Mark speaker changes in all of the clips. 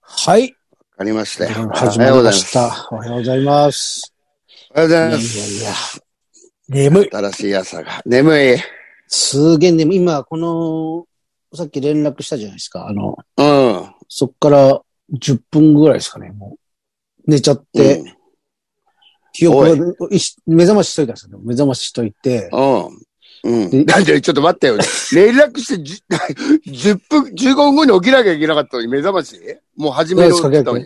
Speaker 1: はい。
Speaker 2: わかりましたよ。
Speaker 1: 始まりました。おはようございます。
Speaker 2: おはようござい
Speaker 1: いや
Speaker 2: ま
Speaker 1: い
Speaker 2: す。
Speaker 1: やいや。眠い。
Speaker 2: 新しい朝が。眠い。
Speaker 1: すげえ眠い。今、この、さっき連絡したじゃないですか。あの、
Speaker 2: うん。
Speaker 1: そっから10分ぐらいですかね、もう。寝ちゃって、
Speaker 2: うん、
Speaker 1: 記憶が、いし目覚まししといたんですよ。目覚まししといて、
Speaker 2: うん。う
Speaker 1: で
Speaker 2: ん。なんで、ちょっと待ってよ。連絡してじ 10分、15分後に起きなきゃいけなかったのに、目覚ましもう始めようって言ったのに。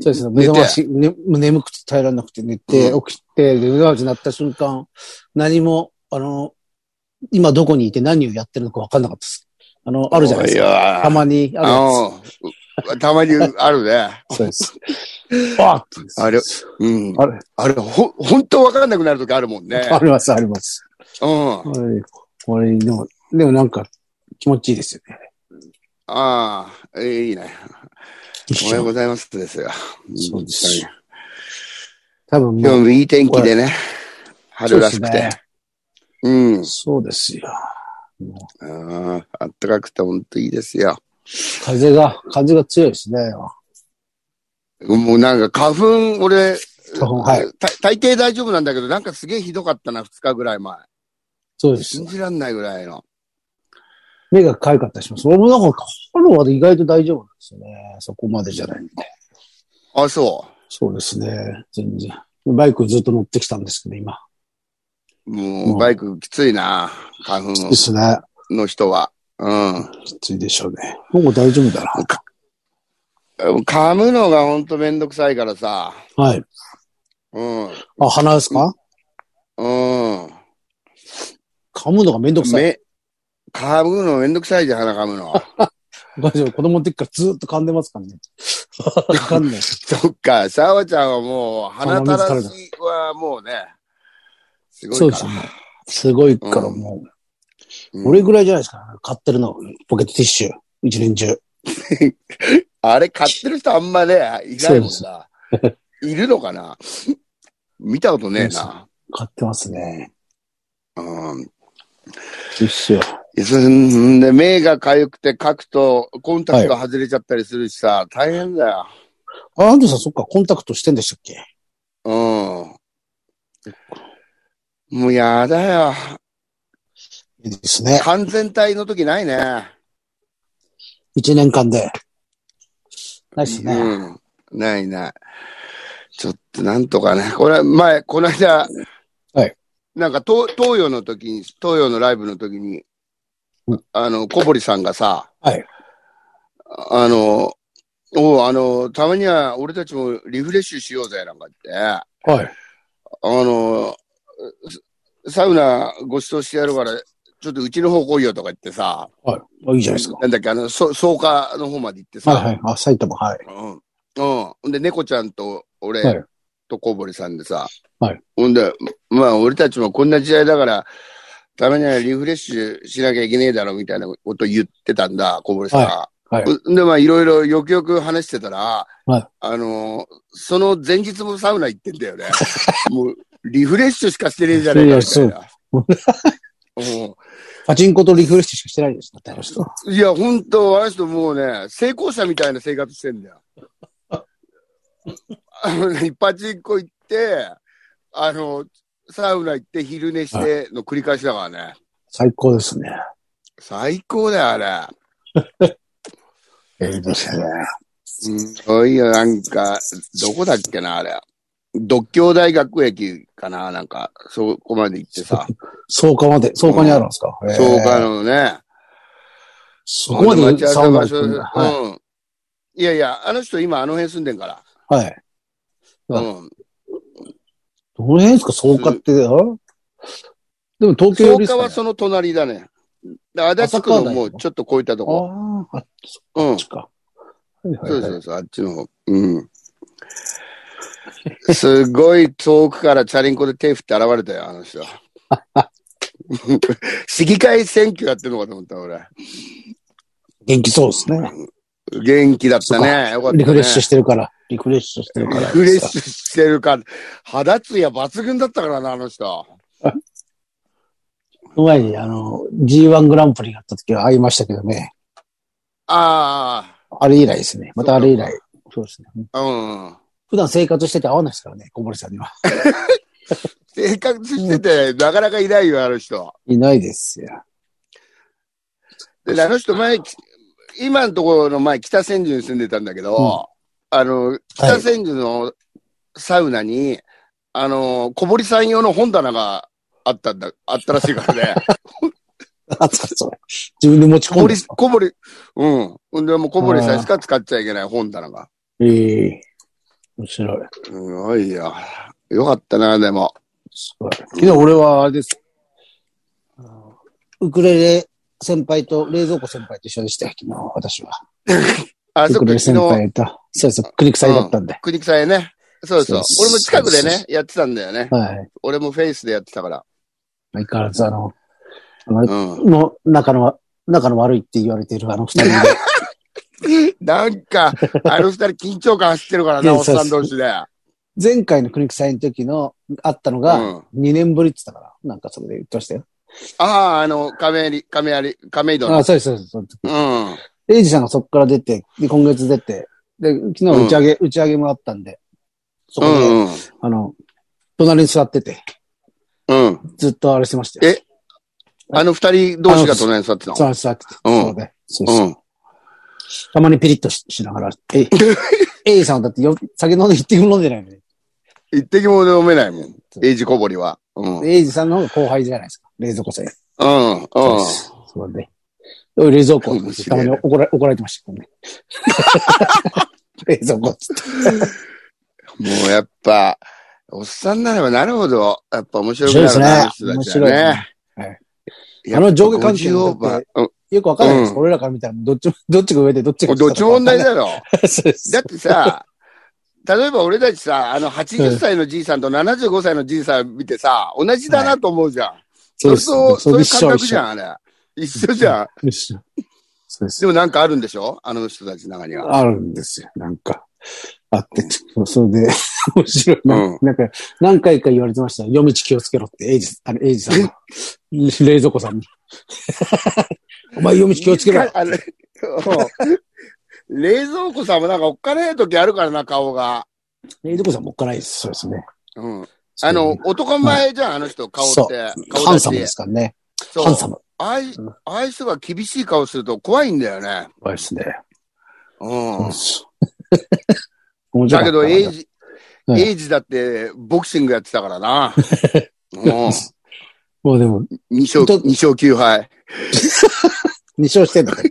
Speaker 1: そうですね、目
Speaker 2: 寝て
Speaker 1: 覚まし、ね、もう眠くて耐えられなくて寝て、
Speaker 2: う
Speaker 1: 起きて、で目覚ましになった瞬間、何も、あの、今どこにいて何をやってるのか分かんなかったです。あの、あるじゃないですか。
Speaker 2: か
Speaker 1: たまにあるやつ。
Speaker 2: うん。たまにあるね。
Speaker 1: そうです。あっ
Speaker 2: あれうん。
Speaker 1: あれ
Speaker 2: あれ、ほ、ほんとわかんなくなるときあるもんね。
Speaker 1: あります、あります。
Speaker 2: うん。
Speaker 1: あれ、これ、でも、でもなんか気持ちいいですよね。
Speaker 2: ああ、いいね。おはようございますですよ。
Speaker 1: そうです多分
Speaker 2: 今
Speaker 1: も
Speaker 2: 日
Speaker 1: う、
Speaker 2: もいい天気でね。春らしく
Speaker 1: そうで
Speaker 2: て
Speaker 1: す。
Speaker 2: うん。
Speaker 1: そうですよ。もう
Speaker 2: ああ、あったかくてほんといいですよ。
Speaker 1: 風が、風が強いですね。
Speaker 2: もうなんか花粉、俺、
Speaker 1: 花粉はい
Speaker 2: た大抵大丈夫なんだけど、なんかすげえひどかったな、2日ぐらい前。
Speaker 1: そうです
Speaker 2: 信。じらんないぐらいの。
Speaker 1: 目がかゆかったりします。俺もなんか、春は意外と大丈夫なんですよね。そこまでじゃないんで。
Speaker 2: あ、そ
Speaker 1: そうですね。全然。バイクずっと乗ってきたんですけど、今。
Speaker 2: う。も
Speaker 1: うん
Speaker 2: うバイクきついな、花粉
Speaker 1: ですね。
Speaker 2: の人は。うん。
Speaker 1: きついでしょうね。もう大丈夫だな。
Speaker 2: 噛むのがほんとめんどくさいからさ。
Speaker 1: はい。
Speaker 2: うん。
Speaker 1: あ、鼻ですか
Speaker 2: うん。
Speaker 1: 噛むのがめんどくさい。
Speaker 2: め、噛むのめんどくさいじゃん、鼻噛むの。
Speaker 1: 大丈夫。子供の時からずっと噛んでますからね。わかんない。
Speaker 2: そっか、沙和ちゃんはもう、鼻たらしはもうね、すごいか ら。
Speaker 1: そうですねすごいから
Speaker 2: うん
Speaker 1: も
Speaker 2: う
Speaker 1: う、
Speaker 2: ん
Speaker 1: これぐらいじゃないですか。買ってるの。ポケットティッシュ。一年中。
Speaker 2: あれ買ってる人あんまね、いないもんな。いるのかな見たことねえな。
Speaker 1: 買ってますね。
Speaker 2: うん。い
Speaker 1: ティッシュ。
Speaker 2: やそんで、目が痒くて書くと、コンタクト外れちゃったりするしさ、大変だよ。
Speaker 1: あ、アンドさん、そっか、コンタクトしてんでしたっけ
Speaker 2: うん。もうやだよ。
Speaker 1: いいですね。
Speaker 2: 完全体の時ないね。
Speaker 1: 一年間で。ないですね。
Speaker 2: うん。ないない。ちょっとなんとかね。これ、前、この間、
Speaker 1: はい。
Speaker 2: なんか東、東洋の時に、東洋のライブの時に
Speaker 1: うん、
Speaker 2: あの、小堀さんがさ、
Speaker 1: はい。
Speaker 2: あの、おうあの、たまには俺たちもリフレッシュしようぜ、なんかって。あ
Speaker 1: はい。
Speaker 2: の、サウナご馳走してやるから、ちょっとうちの方来いよとか言ってさ、
Speaker 1: はい。あ、いいじゃないですか。
Speaker 2: なんだっけ、あの、そ草加の方まで行ってさ、
Speaker 1: はいはい。あ、埼玉、はい。
Speaker 2: うん。うん。で、猫ちゃんと俺、
Speaker 1: はい
Speaker 2: と小堀さんでさ。
Speaker 1: はい。
Speaker 2: ほんで、まあ、俺たちもこんな時代だから、たまにはリフレッシュしなきゃいけねえだろ、みたいなこと言ってたんだ、小堀さんが。
Speaker 1: はいは
Speaker 2: うで、まあ、いろいろよくよく話してたら、
Speaker 1: はい
Speaker 2: あのーその前日もサウナ行ってんだ よね。もう、リフレッシュしかしてねえじゃねえか、みたいな。う
Speaker 1: パチンコとリフレッシュしかしてないです。だってあの人。
Speaker 2: んいや、ほんと、あの人もうね、成功者みたいな生活してん だよ。あのね、パチンコ行って、あの、サウナ行って昼寝しての繰り返しだからね。
Speaker 1: 最高ですね。
Speaker 2: 最高だよ、あれ。
Speaker 1: えいいですね。
Speaker 2: すごいよ、なんか、どこだっけな、あれ。独協大学駅かな、なんか、そこまで行ってさ、
Speaker 1: 草加まで、草加にあるんですか、えー
Speaker 2: 草加。のね。
Speaker 1: そこまでサウナ行くん
Speaker 2: で
Speaker 1: だ。はい。
Speaker 2: うん。いやいや、あの人今あの辺住んでんから。
Speaker 1: はい。
Speaker 2: う
Speaker 1: あ
Speaker 2: ん。
Speaker 1: どの辺ですか草加って。あでも東京よ
Speaker 2: 草
Speaker 1: り
Speaker 2: 加はその隣だね。だ足立区のもうちょっと超えたとこ。
Speaker 1: の。ああ、あっ
Speaker 2: うん。
Speaker 1: ちか。はいはいは
Speaker 2: そう
Speaker 1: い
Speaker 2: そうそう、あっちの方。うん。すごい遠くからチャリンコで手振って現れたよ、あの人。 市議会選挙やってんのかと思った、俺。
Speaker 1: 元気そうですね。
Speaker 2: 元気だったね。よかった、ね。
Speaker 1: リフレッシュしてるから。リフレッシュしてるから。
Speaker 2: リフレッシュしてるか。肌ツヤ抜群だったからな、あの人。
Speaker 1: ュ。前に、あの、G1 グランプリがあった時は会いましたけどね。
Speaker 2: ああ。
Speaker 1: あれ以来ですね。またあれ以来。そうですね。
Speaker 2: うん。
Speaker 1: 普段生活してて会わないですからね、小堀さんには。
Speaker 2: 生活してて、なかなかいないよ、あの人。
Speaker 1: いないですよ。
Speaker 2: で、あの人前、き今のところの前、北千住に住んでたんだけど、
Speaker 1: うん
Speaker 2: あの、北千住のサウナに、あの、小堀さん用の本棚があったんだ、あったらしいからね。
Speaker 1: あ、使って そう。自分で持ち
Speaker 2: 小
Speaker 1: 込ん
Speaker 2: 堀
Speaker 1: で。、
Speaker 2: 小堀、うん。ほんで、もう小堀さんしか使っちゃいけない本棚が。
Speaker 1: ええ面白い。
Speaker 2: すごいよ。よかったな、でも。
Speaker 1: すごい。昨日俺はあれです。あのウクレレ先輩と冷蔵庫先輩と一緒でしたよ、昨日、私は。
Speaker 2: あ、
Speaker 1: ウ
Speaker 2: そ
Speaker 1: ク
Speaker 2: こ
Speaker 1: レレ
Speaker 2: 昨
Speaker 1: 先
Speaker 2: 日、
Speaker 1: 輩と、そうそう、クリクサイだったんで。
Speaker 2: 国草へね。そうそう
Speaker 1: そう
Speaker 2: 俺も近くで
Speaker 1: そう
Speaker 2: ね、やってたんだよね。
Speaker 1: はい。
Speaker 2: 俺もフェイスでやってたから。
Speaker 1: 相変わらずあの、あの、
Speaker 2: うん。
Speaker 1: の仲の、仲の悪いって言われているあの 二人で。
Speaker 2: なんか、あの二人緊張感走ってるから
Speaker 1: いや
Speaker 2: な、おっ
Speaker 1: そ
Speaker 2: さ
Speaker 1: うんそう
Speaker 2: 同士で。
Speaker 1: 前回のクリクサイの時の、あったの
Speaker 2: うん。
Speaker 1: が、
Speaker 2: あ
Speaker 1: 2年ぶりって言ったから、なんかそれで言ってましたよ。
Speaker 2: あ、あの、亀有、亀有、亀戸
Speaker 1: あ
Speaker 2: の。
Speaker 1: そうです、そうです。その時
Speaker 2: うん。
Speaker 1: エイジさんがそこから出て、で、今月出て、で、昨日打ち上げ、打ち上げもあったんで、そこ
Speaker 2: う
Speaker 1: で、
Speaker 2: ん。
Speaker 1: あの、隣に座ってて、
Speaker 2: うん。うん
Speaker 1: ずっとあれしてましたよ。
Speaker 2: えあの二人同士が隣に座ってたの。
Speaker 1: 座座ってて。
Speaker 2: うん
Speaker 1: そうで。そうそう
Speaker 2: うん。
Speaker 1: たまにピリッとししながら、え い、エイジさんはだってよ酒飲んで一滴も飲んでないのに。
Speaker 2: 一滴も飲めないもん。エイジ小堀は。うん。うん。
Speaker 1: エイジさんの方が後輩じゃないですか。冷蔵庫さん。
Speaker 2: うん。
Speaker 1: そうですそうで。おい冷蔵庫
Speaker 2: 面白い
Speaker 1: たまに怒ら怒られてましたけど ね。冷蔵庫っつって。
Speaker 2: もうやっぱ、おっさんになればなるほど、やっぱ面白
Speaker 1: 面
Speaker 2: く
Speaker 1: 白
Speaker 2: ないる
Speaker 1: ですね
Speaker 2: なあの
Speaker 1: 面
Speaker 2: 人。たち
Speaker 1: 白
Speaker 2: はい
Speaker 1: ですね。
Speaker 2: ね。
Speaker 1: あの上下関係
Speaker 2: 50オーバーう
Speaker 1: よくわかんないです。
Speaker 2: うん
Speaker 1: 俺らから見たら、どっちも、どっちが上でどっちが
Speaker 2: んどっちも問題だろ。
Speaker 1: よ。 そうです
Speaker 2: だってさ、例えば俺たちさ、あの80歳のじいさんと75歳のじいさん見てさ、同じだなと思うじゃん。
Speaker 1: そうです。
Speaker 2: そうそういう
Speaker 1: 一緒
Speaker 2: 感覚
Speaker 1: 一
Speaker 2: じ
Speaker 1: 緒
Speaker 2: ゃん、あれ。一緒じゃん。
Speaker 1: 一緒。そうです
Speaker 2: で。もなんかあるんでしょあの人たちの中には。
Speaker 1: あるんですよ。なんか、あって、それで、 面白いな。
Speaker 2: うん
Speaker 1: なんか、何回か言われてました。夜道気をつけろって、エイジ、あの、エイジさんが。冷蔵庫さん に。お前夜道気をつけろよ。
Speaker 2: あれ冷蔵庫さんもなんかおっかねえ時あるからな、顔が。
Speaker 1: 冷蔵庫さんもおっかないです。そうですね。
Speaker 2: うん。あの、男前じゃん、あの人、顔って
Speaker 1: そう。
Speaker 2: 顔
Speaker 1: ハ
Speaker 2: だ
Speaker 1: ンサムで
Speaker 2: し。
Speaker 1: すからね。
Speaker 2: そう
Speaker 1: ハンサム。
Speaker 2: ああいああいう人が厳しい顔すると怖いんだよね。
Speaker 1: 怖いですね。
Speaker 2: うん。
Speaker 1: 面白
Speaker 2: だ
Speaker 1: か
Speaker 2: け
Speaker 1: った
Speaker 2: ど、エイジ、
Speaker 1: うん
Speaker 2: エイジだってボクシングやってたか らな。うん。
Speaker 1: もうでも、
Speaker 2: 二勝、
Speaker 1: ちょっと
Speaker 2: 二勝9敗。
Speaker 1: 2勝してんだね。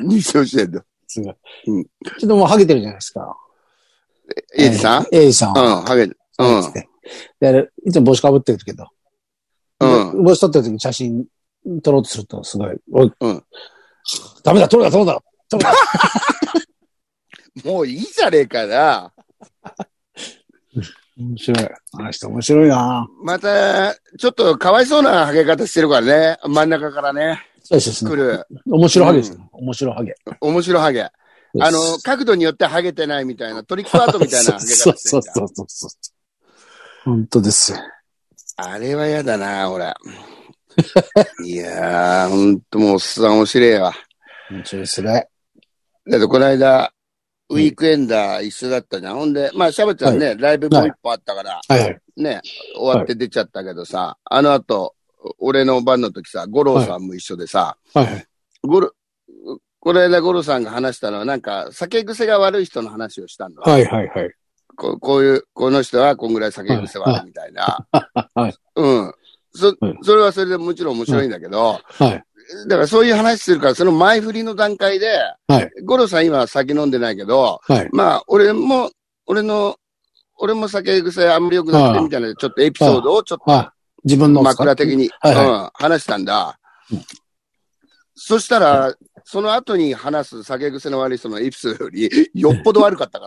Speaker 2: 二勝してんの。
Speaker 1: すごい。
Speaker 2: うん
Speaker 1: ちょっともうハゲてるじゃないですか。
Speaker 2: エイジさん
Speaker 1: エイジさん
Speaker 2: うん、
Speaker 1: は。
Speaker 2: ハゲる。う
Speaker 1: そうですねで、あれ、いつも帽子かぶってるけど、
Speaker 2: ん。うん。
Speaker 1: 帽子取ってる時に写真撮ろうとすると、すごい、おい、
Speaker 2: うん
Speaker 1: ダメだ、撮るな、撮るな。
Speaker 2: もういいじゃねえかな。
Speaker 1: 面白い。あの人面白いな
Speaker 2: また、ちょっとかわいそうなハゲ方してるからね。真ん中からね、
Speaker 1: そうです
Speaker 2: 来
Speaker 1: ね。
Speaker 2: る。
Speaker 1: 面白ハゲですね。面白ハゲ。
Speaker 2: 面白ハゲ。あの、角度によってハゲてないみたいな、トリックアートみたいなハゲ方し て
Speaker 1: そう
Speaker 2: るじ
Speaker 1: そ
Speaker 2: ゃ
Speaker 1: うんそうそうそう。本当ですよ。
Speaker 2: あれは嫌だ な、俺。いやー、ほんともうおっさんおしれえわ。
Speaker 1: 面白いですね。
Speaker 2: だってこの間、
Speaker 1: うん
Speaker 2: ウィークエンダー一緒だったじゃん。ほんで、まあ、シャバちゃんね、ライブもう一本あったから、
Speaker 1: はいはい。
Speaker 2: ね、終わって出ちゃったけどさ、あの後、俺の番の時さ、五郎さんも一緒でさ、
Speaker 1: はいはい。
Speaker 2: ゴロこの間五郎さんが話したのは、なんか、酒癖が悪い人の話をしたんだ。
Speaker 1: はいはいはい。
Speaker 2: ここういう、この人はこんぐらい酒癖悪いみたいな。
Speaker 1: はい。
Speaker 2: うん。そ
Speaker 1: うん、
Speaker 2: それはそれでもちろん面白いんだけど、
Speaker 1: はい。
Speaker 2: だからそういう話するから、その前振りの段階で、
Speaker 1: はい
Speaker 2: 五郎さん今酒飲んでないけど、
Speaker 1: はい。
Speaker 2: まあ、俺も、俺の、俺も酒癖あんまり良くなくてみたいな、ちょっとエピソードをちょっ
Speaker 1: あ、自分
Speaker 2: と
Speaker 1: のですか
Speaker 2: 枕的に、
Speaker 1: はいはい
Speaker 2: うん、話したんだ。
Speaker 1: うん
Speaker 2: そしたら、その後に話す酒癖の悪い人のエピソードより、よっぽど悪かったか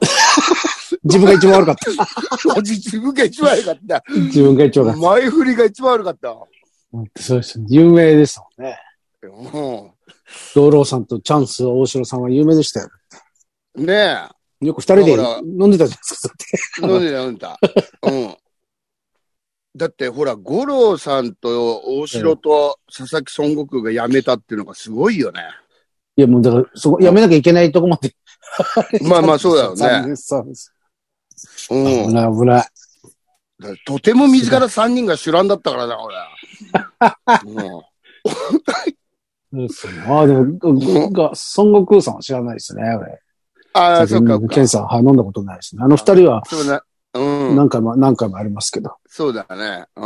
Speaker 1: 自分が一番悪かっ
Speaker 2: ら。自分が一番悪かった。
Speaker 1: た。 自分が一番悪かっ
Speaker 2: 前振りが一番悪かった。
Speaker 1: た。そうですね。有名ですもんね。
Speaker 2: うん
Speaker 1: 道郎さんとチャンス大城さんは有名でしたよ。
Speaker 2: ねえ。
Speaker 1: よく二人で
Speaker 2: だから
Speaker 1: 飲んでたじゃないですか、だって。
Speaker 2: 飲んでた、飲んでた。うん。だって、ほら、五郎さんと大城と佐々木孫悟空が辞めたっていうのがすごいよね。
Speaker 1: いや、もうだから、そこ、やめなきゃいけないとこまで
Speaker 2: まあまあそうだよね。
Speaker 1: ね。そうです。
Speaker 2: う
Speaker 1: 危
Speaker 2: ん。
Speaker 1: ない危ない。
Speaker 2: とても自ら3人が主覧だったからな、俺。うん
Speaker 1: そうですねああ、でも、が、孫悟空さんは知らないですね、俺。
Speaker 2: ああ、そっか。
Speaker 1: ケンさん、はい、飲んだことないですね。あの二人は
Speaker 2: そうだ。うん。
Speaker 1: 何回も、何回もありますけど。
Speaker 2: そうだね。うん。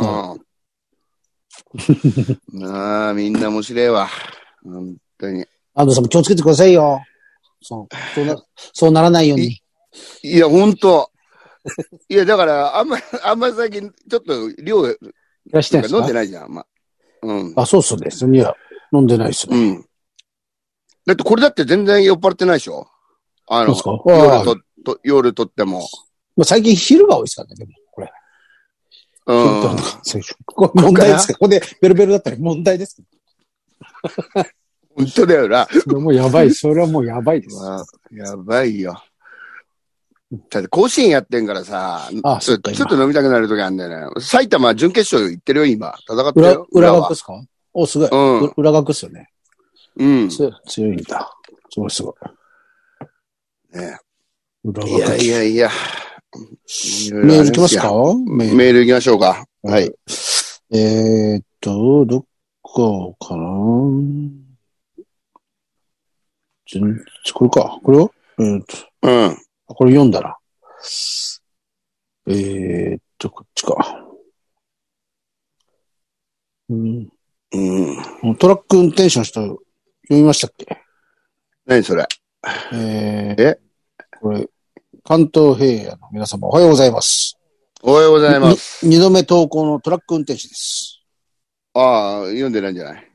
Speaker 2: まあ、み んな面白いわ。本当に。
Speaker 1: 安藤さんも気をつけてくださいよ。そう。そうな、そうならないように。
Speaker 2: いや、本当いや、だから、あんま、あんまり最近、ちょっと量と
Speaker 1: いらっしゃ
Speaker 2: か
Speaker 1: いです
Speaker 2: 飲ん
Speaker 1: か
Speaker 2: でないじゃん、あんま。うん。
Speaker 1: あ、そうそうです。いや、飲んでないですね。
Speaker 2: うん。だってこれだって全然酔っ払ってないでしょ
Speaker 1: そ
Speaker 2: あ
Speaker 1: う
Speaker 2: の
Speaker 1: です、かあ
Speaker 2: 夜
Speaker 1: あ
Speaker 2: と、と夜とっても。
Speaker 1: まあ、最近昼が多いですからね、でも。これ。
Speaker 2: う
Speaker 1: 昼と
Speaker 2: ん
Speaker 1: の。感染症これ問題ですかここでベロベロだったら問題です
Speaker 2: 本当だよな。
Speaker 1: それはもうやばい。それはもうやばいです。
Speaker 2: まあやばいよ。だって甲子園やってんからさ、
Speaker 1: あ
Speaker 2: ち
Speaker 1: そ
Speaker 2: ょ
Speaker 1: っか
Speaker 2: ちょっと飲みたくなる時あるんだよね。埼玉準決勝行ってるよ、今。戦ってる
Speaker 1: 裏
Speaker 2: よ。、
Speaker 1: 裏
Speaker 2: は
Speaker 1: 学ですかお、すごい。
Speaker 2: うん
Speaker 1: う裏学っすよね。
Speaker 2: うん。
Speaker 1: つ強いんだ。すごいすごい。
Speaker 2: ね
Speaker 1: 裏
Speaker 2: いや
Speaker 1: 学。
Speaker 2: いやいや。メ
Speaker 1: メールいきますかメール。
Speaker 2: メール行きましょうか。はい。
Speaker 1: えーっと、どこかな全これか。これをえーっと、
Speaker 2: うん。
Speaker 1: あこれ読んだら。えーっと、こっちか。うん、
Speaker 2: うん。
Speaker 1: トラック運転手の人、読みましたっけ
Speaker 2: 何それ。
Speaker 1: えー、
Speaker 2: え
Speaker 1: これ、関東平野の皆様おはようございます。
Speaker 2: おはようございます。
Speaker 1: に二度目投稿のトラック運転手です。
Speaker 2: ああ、読んでないんじゃない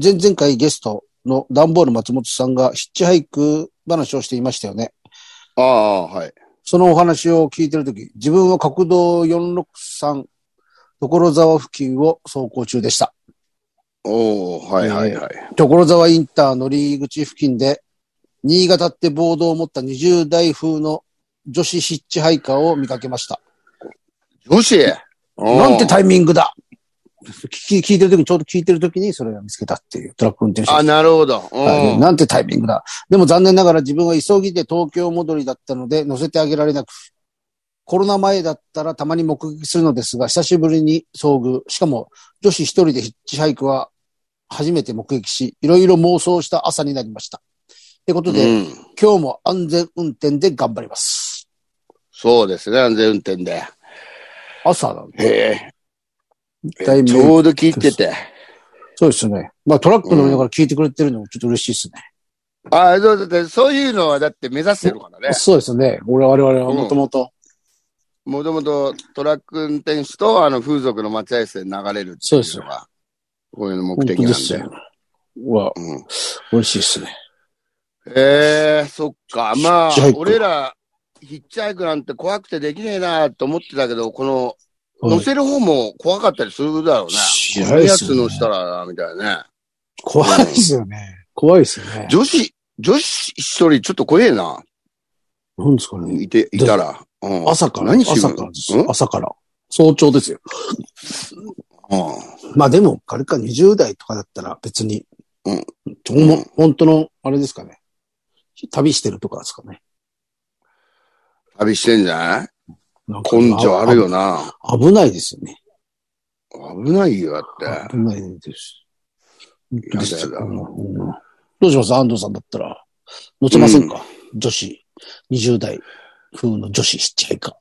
Speaker 1: 前々回ゲストのダンボール松本さんがヒッチハイク話をしていましたよね。
Speaker 2: ああ、はい。
Speaker 1: そのお話を聞いてるとき、自分は国道463所沢付近を走行中でした。
Speaker 2: おおはいはいはい。
Speaker 1: 所沢インター乗り口付近で、新潟ってボードを持った20代風の女子ヒッチハイカーを見かけました。
Speaker 2: 女子
Speaker 1: なんてタイミングだ聞き聞いてるときに、ちょうど聞いてるときにそれを見つけたっていうトラック運転手。
Speaker 2: あ、なるほど。うん
Speaker 1: はいなんてタイミングだ。でも残念ながら自分は急ぎで東京戻りだったので乗せてあげられなく、コロナ前だったらたまに目撃するのですが、久しぶりに遭遇。しかも女子一人でヒッチハイクは初めて目撃し、いろいろ妄想した朝になりました。ってことで、
Speaker 2: うん。
Speaker 1: 今日も安全運転で頑張ります。
Speaker 2: そうですね、安全運転で。
Speaker 1: 朝なんで。
Speaker 2: へえ。
Speaker 1: 一体
Speaker 2: ちょうど聞いてて。
Speaker 1: そうですね。まあトラック乗りながら聞いてくれてるのもちょっと嬉しいですね。
Speaker 2: ああ、そうだって、そういうのはだって目指してるからね。
Speaker 1: そうですね。俺我々はもともと。
Speaker 2: もともとトラック運転手とあの風俗の待合室で流れるって
Speaker 1: そうで
Speaker 2: い
Speaker 1: す
Speaker 2: う
Speaker 1: よ
Speaker 2: のが、こういうの目
Speaker 1: 本
Speaker 2: 的
Speaker 1: 当
Speaker 2: なん
Speaker 1: で
Speaker 2: ですす
Speaker 1: よ。うわ、
Speaker 2: うん。
Speaker 1: 美味しいですね。
Speaker 2: ええそっか。まあ
Speaker 1: ヒッチハイ、ク
Speaker 2: 俺ら、ヒッチハイクなんて怖くてできねえなと思ってたけど、この、
Speaker 1: はい
Speaker 2: 乗せる方も怖かったりするだろうね。
Speaker 1: 知ら
Speaker 2: こ
Speaker 1: な
Speaker 2: う
Speaker 1: い
Speaker 2: い
Speaker 1: っ
Speaker 2: うや
Speaker 1: す
Speaker 2: つ
Speaker 1: よね
Speaker 2: 乗したらな、みたいなね。
Speaker 1: 怖いですよね。怖いですよね。
Speaker 2: 女子、女子一人ちょっと怖えな。
Speaker 1: 何ですかね。
Speaker 2: いて、いたら。うん
Speaker 1: 朝から。
Speaker 2: 何して
Speaker 1: 朝
Speaker 2: る
Speaker 1: から
Speaker 2: の
Speaker 1: です。朝から。早朝ですよ。まあでも、彼か20代とかだったら別に。
Speaker 2: うん
Speaker 1: ちょ。ほん本当の、あれですかね。旅してるとかですかね。
Speaker 2: うん。旅してんじゃない
Speaker 1: なんか
Speaker 2: 根性あるよな。
Speaker 1: あ危ないですよね。
Speaker 2: 危ないよ、だって。
Speaker 1: 危ないです。
Speaker 2: やだやだ
Speaker 1: うんどうします安藤さんだったら。乗せませんか、女子。20代風の女子ヒッチハイカー。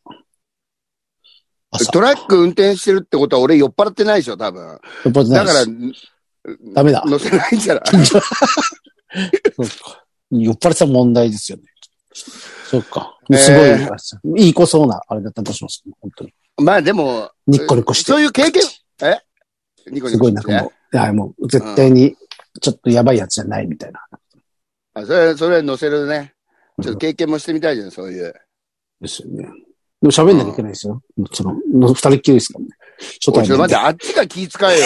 Speaker 1: 朝
Speaker 2: トラック運転してるってことは俺酔っ払ってないでしょ、多分。
Speaker 1: やっぱりな
Speaker 2: だ
Speaker 1: い
Speaker 2: か
Speaker 1: です
Speaker 2: ら、
Speaker 1: ダメだ。
Speaker 2: 乗せないんじゃ ない
Speaker 1: そうか。酔っ払った問題ですよね。そうか。すごい、
Speaker 2: え
Speaker 1: いい子そうな、あれだったらどうします本当に。
Speaker 2: まあでも、
Speaker 1: ニッコニコして。
Speaker 2: そういう経験、えニコ
Speaker 1: す
Speaker 2: ニコ
Speaker 1: ごいなんかもう、はい、もう絶対に、ちょっとやばいやつじゃないみたいな。
Speaker 2: あそれ、それ乗せるね。ちょっと経験もしてみたいじゃん、そういう。
Speaker 1: ですよね。でも喋んなきゃいけないですよ。その、の二人っきりですからね。初
Speaker 2: おいちょっと
Speaker 1: なん
Speaker 2: 待
Speaker 1: で
Speaker 2: って、あっちが気遣 えよ。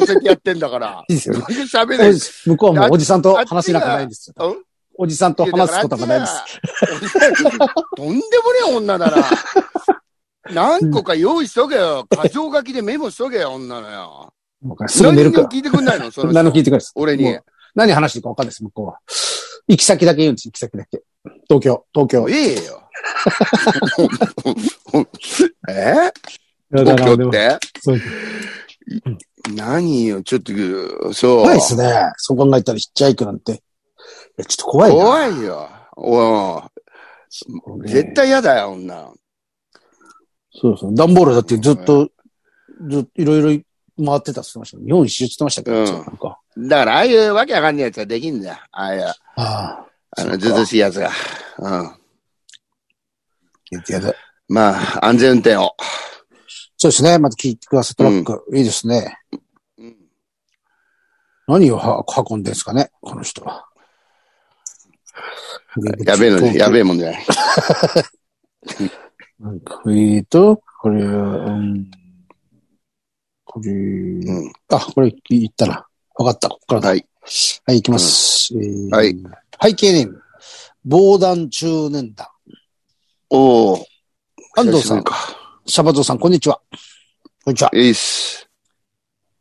Speaker 2: 乗せてやってんだから。
Speaker 1: いいですよね
Speaker 2: なんで喋れん
Speaker 1: 向こうはもうおじさんと話しなくないですよ。
Speaker 2: うん
Speaker 1: おじさんと話すことがないです。
Speaker 2: とんでもねえ女だな。 何個か用意しとけよ。箇条書きでメモしとけよ、女のよ。
Speaker 1: 僕はすぐ寝るから
Speaker 2: 何。にも聞いてくんない のその人
Speaker 1: 何も聞いてください。
Speaker 2: 俺に
Speaker 1: もう。何話していいか分かんないです、向こうは。行き先だけ言うんです、行き先だけ。東京、東京。
Speaker 2: いい よ。え
Speaker 3: だから、で
Speaker 2: 東京っ
Speaker 3: も、
Speaker 2: て
Speaker 3: そう
Speaker 2: 何よ、ちょっと、そう。
Speaker 1: 怖いですね。そう考えたらヒッチハイクなんて。いや、ちょっと怖いな。
Speaker 2: 怖いよ。おう絶対嫌だよ、女。
Speaker 1: そうそう。段ボールだってずっと、ずっといろいろ回ってたって言ってましたね。日本一周って言ってましたけど、
Speaker 2: うん
Speaker 1: そうなんか。
Speaker 2: だから、ああいうわけわかんないやつはできんだよ。ああいう、
Speaker 1: ああ。
Speaker 2: あ
Speaker 1: そ
Speaker 2: の、
Speaker 1: うか
Speaker 2: ずうずうしいやつが。うん。
Speaker 1: やだ
Speaker 2: まあ、安全運転を。
Speaker 1: そうですね。また聞いてください。トラック。いいですね。
Speaker 2: うん
Speaker 1: 何をは運んでんですかね、この人は。
Speaker 2: やべえのに、やべ
Speaker 1: え。
Speaker 2: えもんじゃない。
Speaker 1: なんかえーと、これ、うん、これ、
Speaker 2: うん。
Speaker 1: あ、これ言ったな。わかった。ここからだ。
Speaker 2: はい。
Speaker 1: はい、行きます。えー
Speaker 2: はい。
Speaker 1: 背景ネーム。防弾中年団。
Speaker 2: おお。
Speaker 1: 安藤さん
Speaker 2: 久しぶりか。
Speaker 1: シャバゾウさん、こんにちは。こんにちは。
Speaker 2: いいっす。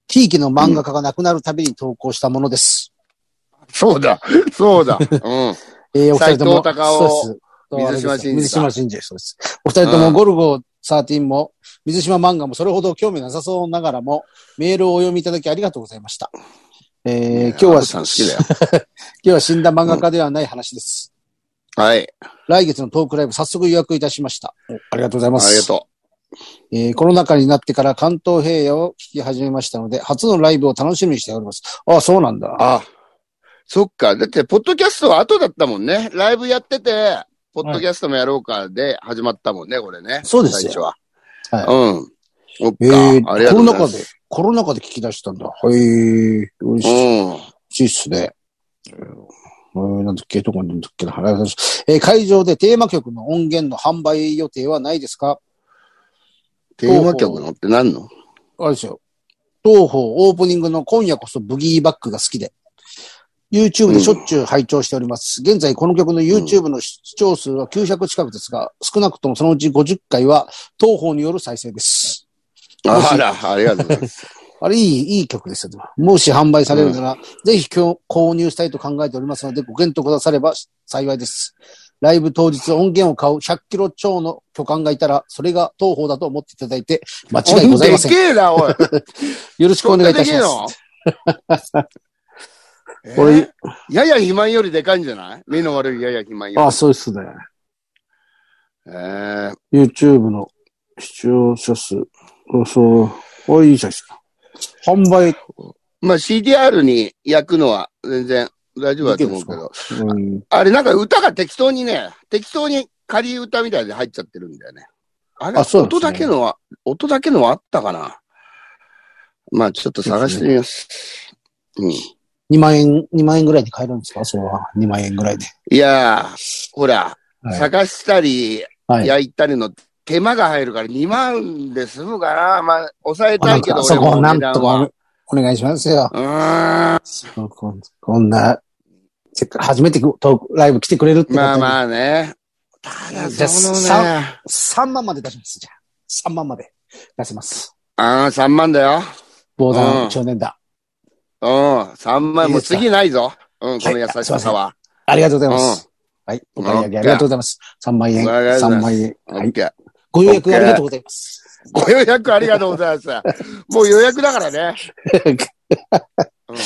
Speaker 1: ひいきの漫画家が亡くなるたびに投稿したものです。
Speaker 2: そうだ。そうだ。うん。
Speaker 1: えー、お二人とも。
Speaker 2: 斉藤隆夫
Speaker 1: そうです。
Speaker 2: 水島新司
Speaker 1: 水
Speaker 2: さん
Speaker 1: 島真司そうです。お二人ともゴルゴ13も、水島漫画もそれほど興味なさそうながらも、メールをお読みいただきありがとうございました。えー、今日は、
Speaker 2: 安藤さん好きだよ。
Speaker 1: 今日は死んだ漫画家ではない話です。
Speaker 2: はい。
Speaker 1: 来月のトークライブ、早速予約いたしました。おありがとうございます。
Speaker 2: ありがと
Speaker 1: えーコロナ禍になってから関東平野を聞き始めましたので、初のライブを楽しみにしております。ああ、そうなん
Speaker 2: う。
Speaker 1: だ。
Speaker 2: あ、そっか。だって、ポッドキャストは後だったもんね。ライブやってて、ポッドキャストもやろうかで始まったもんね、これね。
Speaker 1: そうですよ
Speaker 2: 最初は。
Speaker 1: はい
Speaker 2: うん。そっか。
Speaker 1: えー
Speaker 2: ありがと
Speaker 1: コ
Speaker 2: う
Speaker 1: ロナ
Speaker 2: ございま
Speaker 1: 禍
Speaker 2: す。
Speaker 1: で、コロナ禍で聞き出したんだ。はい、嬉しい。
Speaker 2: うん。
Speaker 1: しいっすね。えーなんだっけどこにいるんだっけなはいえー会場でテーマ曲の音源の販売予定はないですか
Speaker 2: テーマ曲のって何の
Speaker 1: あれですよ。東方オープニングの今夜こそブギーバックが好きで、YouTube でしょっちゅう拝聴しております。現在この曲の YouTube の視聴数は900近くですが、少なくともそのうち50回は東方による再生です。もし
Speaker 2: あら、ありがとうございます。
Speaker 1: あれ、いい、いい曲ですよ。もし販売されるなら、ぜひ今日購入したいと考えておりますので、ご検討くだされば幸いです。ライブ当日音源を買う100キロ超の巨漢がいたら、それが東方だと思っていただいて、間 違いございません。
Speaker 2: でけえな、おい。
Speaker 1: よろしくお願いいたします。
Speaker 2: す
Speaker 1: これ
Speaker 2: やや肥満よりでかいんじゃない目の悪いやや肥満より。
Speaker 1: あ、そうですね。
Speaker 2: えー
Speaker 1: YouTube の視聴者数。そうそう。あ、いいじゃないですか。販売。
Speaker 2: まあ CDR に焼くのは全然大丈夫だと思うけ
Speaker 1: い
Speaker 2: ど。
Speaker 1: うん、
Speaker 2: あれなんか歌が適当にね、適当に仮歌みたいで入っちゃってるんだよね。あれ
Speaker 1: あそうなんで
Speaker 2: 音
Speaker 1: すね
Speaker 2: だけのは、音だけのはあったかなまあちょっと探してみます。うん。
Speaker 1: 2万円、二万円ぐらいで買えるんですかそれは。2万円ぐらいで。
Speaker 2: いやー、ほら、
Speaker 1: はい
Speaker 2: 探したり、
Speaker 1: はい
Speaker 2: 焼いたりの手間が入るから2万で済むかな。まあ、抑えた
Speaker 1: なん
Speaker 2: いけど、
Speaker 1: か、そこを
Speaker 2: 俺も
Speaker 1: なん
Speaker 2: 値段
Speaker 1: と
Speaker 2: は
Speaker 1: かお願いしますよ。
Speaker 2: うー
Speaker 1: こ
Speaker 2: ん。
Speaker 1: ここんな、せっかく初めてトークライブ来てくれるってこと
Speaker 2: まあま
Speaker 1: あ。
Speaker 2: あね。ただ、
Speaker 1: じゃあ
Speaker 2: そのね。
Speaker 1: 3万まで出します、じゃあ。3万まで出せます。
Speaker 2: ああ、3万だよ。
Speaker 1: 防
Speaker 2: う
Speaker 1: 弾
Speaker 2: ん
Speaker 1: 少年団。
Speaker 2: うん、3万。
Speaker 1: いい
Speaker 2: もう
Speaker 1: ですか
Speaker 2: 次ないぞ。うん、この優
Speaker 1: は
Speaker 2: し
Speaker 1: いすいませ
Speaker 2: さ
Speaker 1: ん
Speaker 2: は。
Speaker 1: ありがとうございます。はい。お買い上げありがとうございます。3万円。
Speaker 2: わかりました
Speaker 1: 3万円。
Speaker 2: オ
Speaker 1: はい
Speaker 2: ッ。ケー。
Speaker 1: ご予約ありがとうございます。
Speaker 2: ご予約ありがとうございます。もう予約だからね。うん、
Speaker 1: そ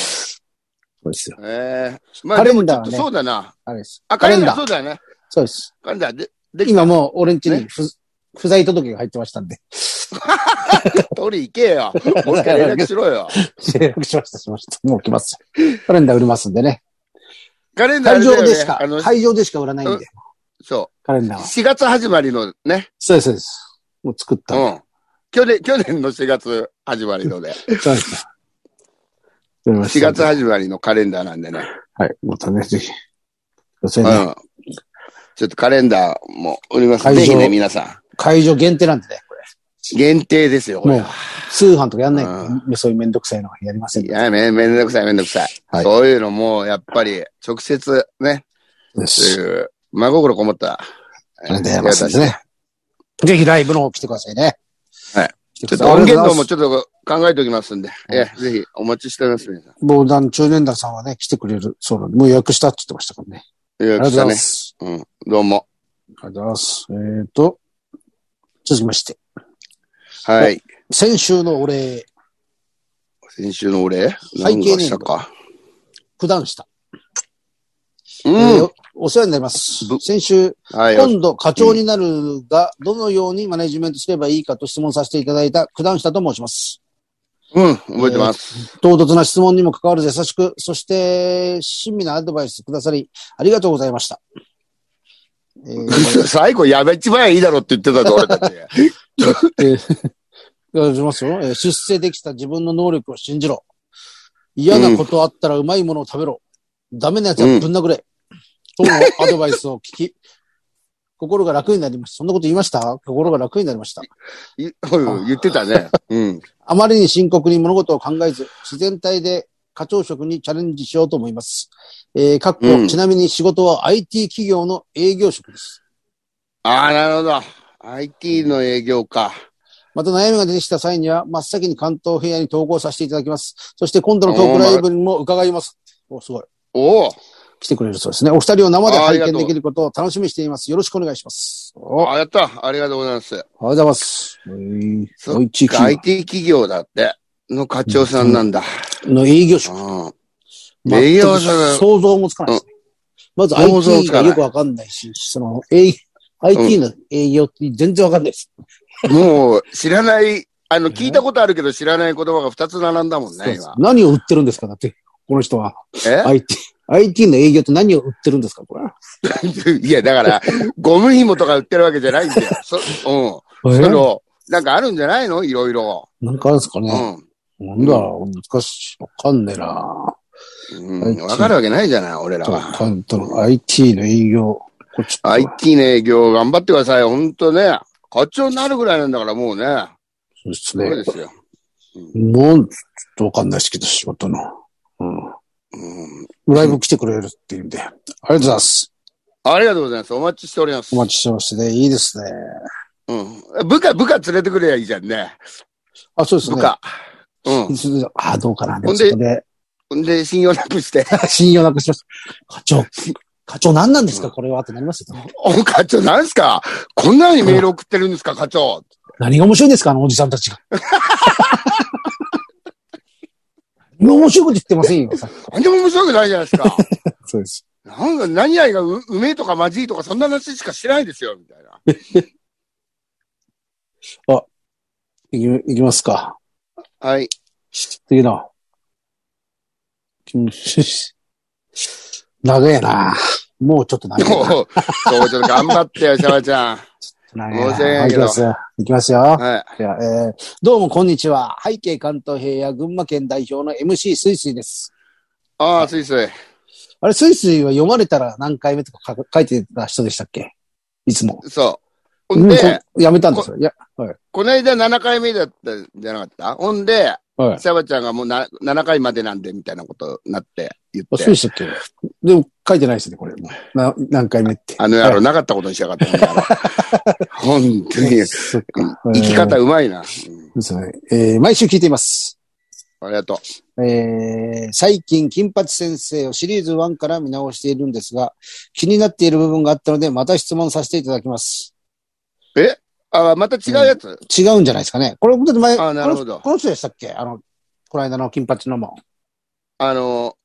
Speaker 1: うですよ。
Speaker 2: ええまあ
Speaker 1: カ
Speaker 2: で
Speaker 1: レ
Speaker 2: も
Speaker 1: ン
Speaker 2: ち
Speaker 1: ダー
Speaker 2: ょ
Speaker 1: は
Speaker 2: っと
Speaker 1: ね
Speaker 2: そうだな。
Speaker 1: あれです。
Speaker 2: あ、カレンダーそうだよね。
Speaker 1: そうです。
Speaker 2: カレンダーで、できた
Speaker 1: 今もう俺ん家に不不在届が入ってましたんで。
Speaker 2: 取り行けよ。もう一回連絡しろ よ。
Speaker 1: 予約しました、しました。もう来ます。カレンダー売れますんでね。
Speaker 2: カレンダーあ
Speaker 1: 会
Speaker 2: れだよ
Speaker 1: 場
Speaker 2: ね
Speaker 1: でしか
Speaker 2: あの、、
Speaker 1: 会場でしか売らないんで、
Speaker 2: そ
Speaker 1: カレン
Speaker 2: う。
Speaker 1: ダーは。
Speaker 2: 4月始まりのね。
Speaker 1: そうです、そうです。もう作ったんで。
Speaker 2: うん。去年、去年の4月始まりの で。
Speaker 1: そうです。4
Speaker 2: 4月始まりのカレンダーなんでね。
Speaker 1: はい。またね、ぜひ。女性
Speaker 2: う
Speaker 1: ね、
Speaker 2: ん。ちょっとカレンダーも売ります。
Speaker 1: 会場
Speaker 2: ぜひね、皆さ
Speaker 1: 会場限定なんでね、これ。
Speaker 2: ん。限定ですよ、これ
Speaker 1: もう。通販とかやんないから
Speaker 2: う
Speaker 1: そういうめんどくさいのはやりません
Speaker 2: い
Speaker 1: よ
Speaker 2: や、め、めんどくさい、めんどくさい。
Speaker 1: はい
Speaker 2: そういうのも、やっぱり、直接、ね、
Speaker 1: で
Speaker 2: と
Speaker 1: す。
Speaker 2: いう、真心こもった。
Speaker 1: ありがとうございますね。ぜひライブの方来てくださいね。
Speaker 2: はい。
Speaker 1: ち
Speaker 2: ちょっと音源のもちょっと考えておきますんで、
Speaker 1: い
Speaker 2: ええぜひお待ちしております、皆さん。
Speaker 1: 防弾中年団さんはね、来てくれるそうなんで、もう予約したって言ってましたからね。
Speaker 2: 予
Speaker 1: ありがとうござ
Speaker 2: 約した
Speaker 1: いま
Speaker 2: ね。
Speaker 1: す。
Speaker 2: うん。どう
Speaker 1: あ
Speaker 2: も。
Speaker 1: りがとうございます。えっ、と、続きまして、
Speaker 2: はい。
Speaker 1: 先週のお礼、
Speaker 2: 先週のお礼
Speaker 1: 背
Speaker 2: 何
Speaker 1: 景
Speaker 2: が
Speaker 1: に
Speaker 2: したか。
Speaker 1: 九段下、
Speaker 2: うん。
Speaker 1: えーおお世話になります
Speaker 2: ぶ。
Speaker 1: 先週、
Speaker 2: はい。
Speaker 1: 今度課長になるが、どのようにマネジメントすればいいかと質問させていただいた九段下と申します。
Speaker 2: うん。覚えてます。
Speaker 1: 唐突な質問にも関わらず優しく、そして、親身なアドバイスくださり、ありがとうございました。え ー
Speaker 2: 最後やめちまえばいいだろって言ってたぞ、俺たち。
Speaker 1: いやしますよ、えー出世できた自分の能力を信じろ。嫌なことあったらうまいものを食べろ。ダメなやつはぶん殴れ。とのアドバイスを聞き、心が楽になりました。そんなこと言いました心が楽になりました。
Speaker 2: いうん言ってたね。うん。
Speaker 1: あまりに深刻に物事を考えず、自然体で課長職にチャレンジしようと思います。えー、かっこ、
Speaker 2: うん
Speaker 1: ちなみに仕事は IT 企業の営業職です。
Speaker 2: ああ、なるほど。IT の営業か。
Speaker 1: また悩みが出てきた際には、真っ先に関東平野に投稿させていただきます。そして今度のトークライブにも伺います。お、すごい。
Speaker 2: おお
Speaker 1: 来てくれるそうですね。お二人を生で
Speaker 2: ああ
Speaker 1: 拝
Speaker 2: りがとう
Speaker 1: 見できることを楽しみにしています。よろしくお願いします。お、あ
Speaker 2: あ、やった。ありがとうございます。
Speaker 1: りがとうございます。えー、
Speaker 2: そっか
Speaker 1: おいち企
Speaker 2: IT 企業だって、の課長さんなんだ。
Speaker 1: 業の営業職。
Speaker 2: うん。営
Speaker 1: 全
Speaker 2: 業
Speaker 1: く
Speaker 2: さん
Speaker 1: 想像もつかないですね。まず
Speaker 2: 想像
Speaker 1: IT
Speaker 2: つか
Speaker 1: が
Speaker 2: ない
Speaker 1: よくわかんないし、その、営 IT の営業って全然わかんないです。
Speaker 2: もう、知らない、あの、聞いたことあるけど知らない言葉が2つ並んだもん
Speaker 1: そう
Speaker 2: ね、
Speaker 1: です
Speaker 2: 今。
Speaker 1: 何を売ってるんですかだって、この人は。
Speaker 2: え
Speaker 1: IT。IT の営業って何を売ってるんですかこれ。
Speaker 2: いや、だから、ゴム紐とか売ってるわけじゃないんだよ。そ、うん。その、なんかあるんじゃないのいろいろ。
Speaker 1: なんかあるんですか
Speaker 2: う
Speaker 1: ね、
Speaker 2: ん。
Speaker 1: なんだろう難しい。わかんねえな
Speaker 2: うん。わかるわけないじゃない、俺らは。
Speaker 1: とと IT の営業。こっち。
Speaker 2: IT の営業頑張ってください。ほんとね。課長になるぐらいなんだからもうね。
Speaker 1: そうです
Speaker 2: そうで
Speaker 1: ね。
Speaker 2: すよ。
Speaker 1: もう、ちょっとわかんないですけど、仕事の。う
Speaker 2: うん。
Speaker 1: ん。ライブ来てくれるっていうんで。ありがとうございます。
Speaker 2: ありがとうございます。お待ちしておりま
Speaker 1: お
Speaker 2: す。
Speaker 1: 待ちしてましてね。いいですね。
Speaker 2: うん。部下、部下連れてくれやいいじゃんね。
Speaker 1: あ、そうです
Speaker 2: 部
Speaker 1: ね。
Speaker 2: 下。うん。
Speaker 1: あ、どうかな。
Speaker 2: ほんで
Speaker 1: そこで、
Speaker 2: ほんで、信用なくして。
Speaker 1: 信用なくしました。課長、課長何なんですかこれはってなりますよ。
Speaker 2: お、課長、なんすかこんなにメール送ってるんですか、課長。
Speaker 1: 何が面白いんですかあのおじさんたちが。 何も面白いこと言ってませんよ。さっき
Speaker 2: なんでも面白くないじゃないで すか。
Speaker 1: そうです。
Speaker 2: なんか、何々がう、うめえとかまじいとか、そんな話しかしてないですよ、みたいな。
Speaker 1: いき、いきますか。
Speaker 2: はい。
Speaker 1: 次の。うん 長えな。もうちょっと長えな。
Speaker 2: もう、もうちょっと頑張ってよ、シャワちゃん。
Speaker 1: 長
Speaker 2: 申し訳
Speaker 1: えな。
Speaker 2: な
Speaker 1: い
Speaker 2: い
Speaker 1: き
Speaker 2: けど
Speaker 1: ますよ。いきますよ。
Speaker 2: はい。
Speaker 1: いや、えーどうもこんにちは。背景関東平野群馬県代表の MC スイスイです。
Speaker 2: ああ、スイスイ。
Speaker 1: あれ、スイスイは読まれたら何回目とか書く書いてた人でしたっけいつも。
Speaker 2: そう。ほんで、
Speaker 1: うんやめたんですよ。いや、
Speaker 2: この間7回目だったんじゃなかったほんで、
Speaker 1: はい。
Speaker 2: シャバちゃんがもうな7回までなんで、みたいなことになって言
Speaker 1: あ
Speaker 2: っ
Speaker 1: そう
Speaker 2: て
Speaker 1: で、したっけでも書いてないですね、これ。もうな何回目って。
Speaker 2: あの野郎なかったことにしやがった。ほんとに、
Speaker 1: そっか
Speaker 2: 生き方うまいな。うん
Speaker 1: ですね。えー毎週聞いています。
Speaker 2: ありがとう。
Speaker 1: えー最近、金八先生をシリーズ1から見直しているんですが、気になっている部分があったので、また質問させていただきます。
Speaker 2: あ、また違うやつ、
Speaker 1: 違うんじゃないですかね。これ、僕前、
Speaker 2: あなるほど
Speaker 1: このこの人でしたっけあの、この間の金八のも。
Speaker 2: あの、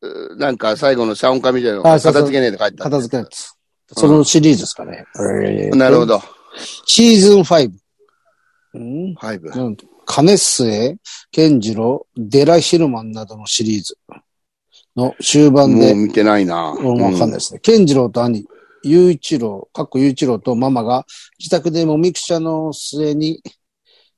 Speaker 2: うなんか最後の謝音家みたいなの
Speaker 1: あそうそう
Speaker 2: 片付けねえって書いてあった。
Speaker 1: 片付けのやつ。そのシリーズですかね。えー
Speaker 2: なるほ。ど。
Speaker 1: シーズン5。うん
Speaker 2: ファイブ。
Speaker 1: うん金末、健次郎、デラヒルマンなどのシリーズの終盤
Speaker 2: もう
Speaker 1: で、
Speaker 2: 見てないな。
Speaker 1: 俺もわかんないですね。健次郎と兄、雄一郎、かっこ雄一郎とママが自宅でもみくちゃの末に、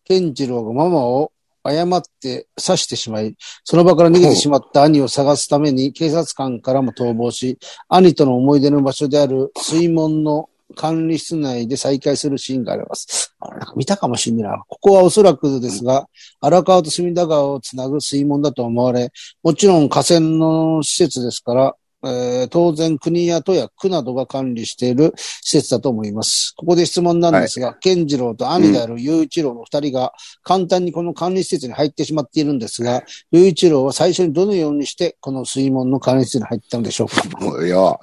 Speaker 1: 健次郎がママを誤って刺してしまい、その場から逃げてしまった兄を探すために警察官からも逃亡し、兄との思い出の場所である水門の管理室内で再会するシーンがあります。あなんか見たかもしれないな。ここはおそらくですが、荒川と隅田川をつなぐ水門だと思われ、もちろん河川の施設ですから、えー当然国や都や区などが管理している施設だと思います。ここで質問なんですが、健次郎と兄である雄一郎の二人が簡単にこの管理施設に入ってしまっているんですが、雄一郎は最初にどのようにしてこの水門の管理施設に入ったのでしょうか
Speaker 2: もうよ、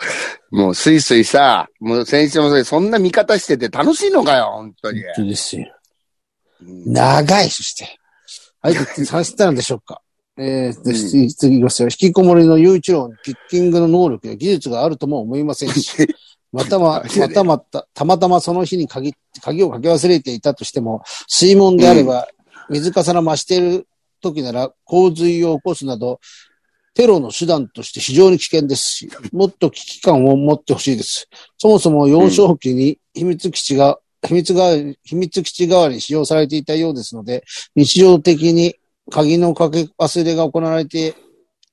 Speaker 2: もうスイスイさ、もう先週もそれそんな見方してて楽しいのかよ、本当に。
Speaker 1: そうですよ。
Speaker 2: うん
Speaker 1: 長い、そして。はい、させたのでしょうか。えー、で次、次いきますよ。引きこもりの雄一郎にピッキングの能力や技術があるとも思いませんし、またま、またまた、たまたまその日に鍵、鍵をかけ忘れていたとしても、水門であれば、水かさが増している時なら洪水を起こすなど、テロの手段として非常に危険ですし、もっと危機感を持ってほしいです。そもそも幼少期に秘密基地が、秘密が、秘密基地代わりに使用されていたようですので、日常的に鍵のかけ忘れが行われて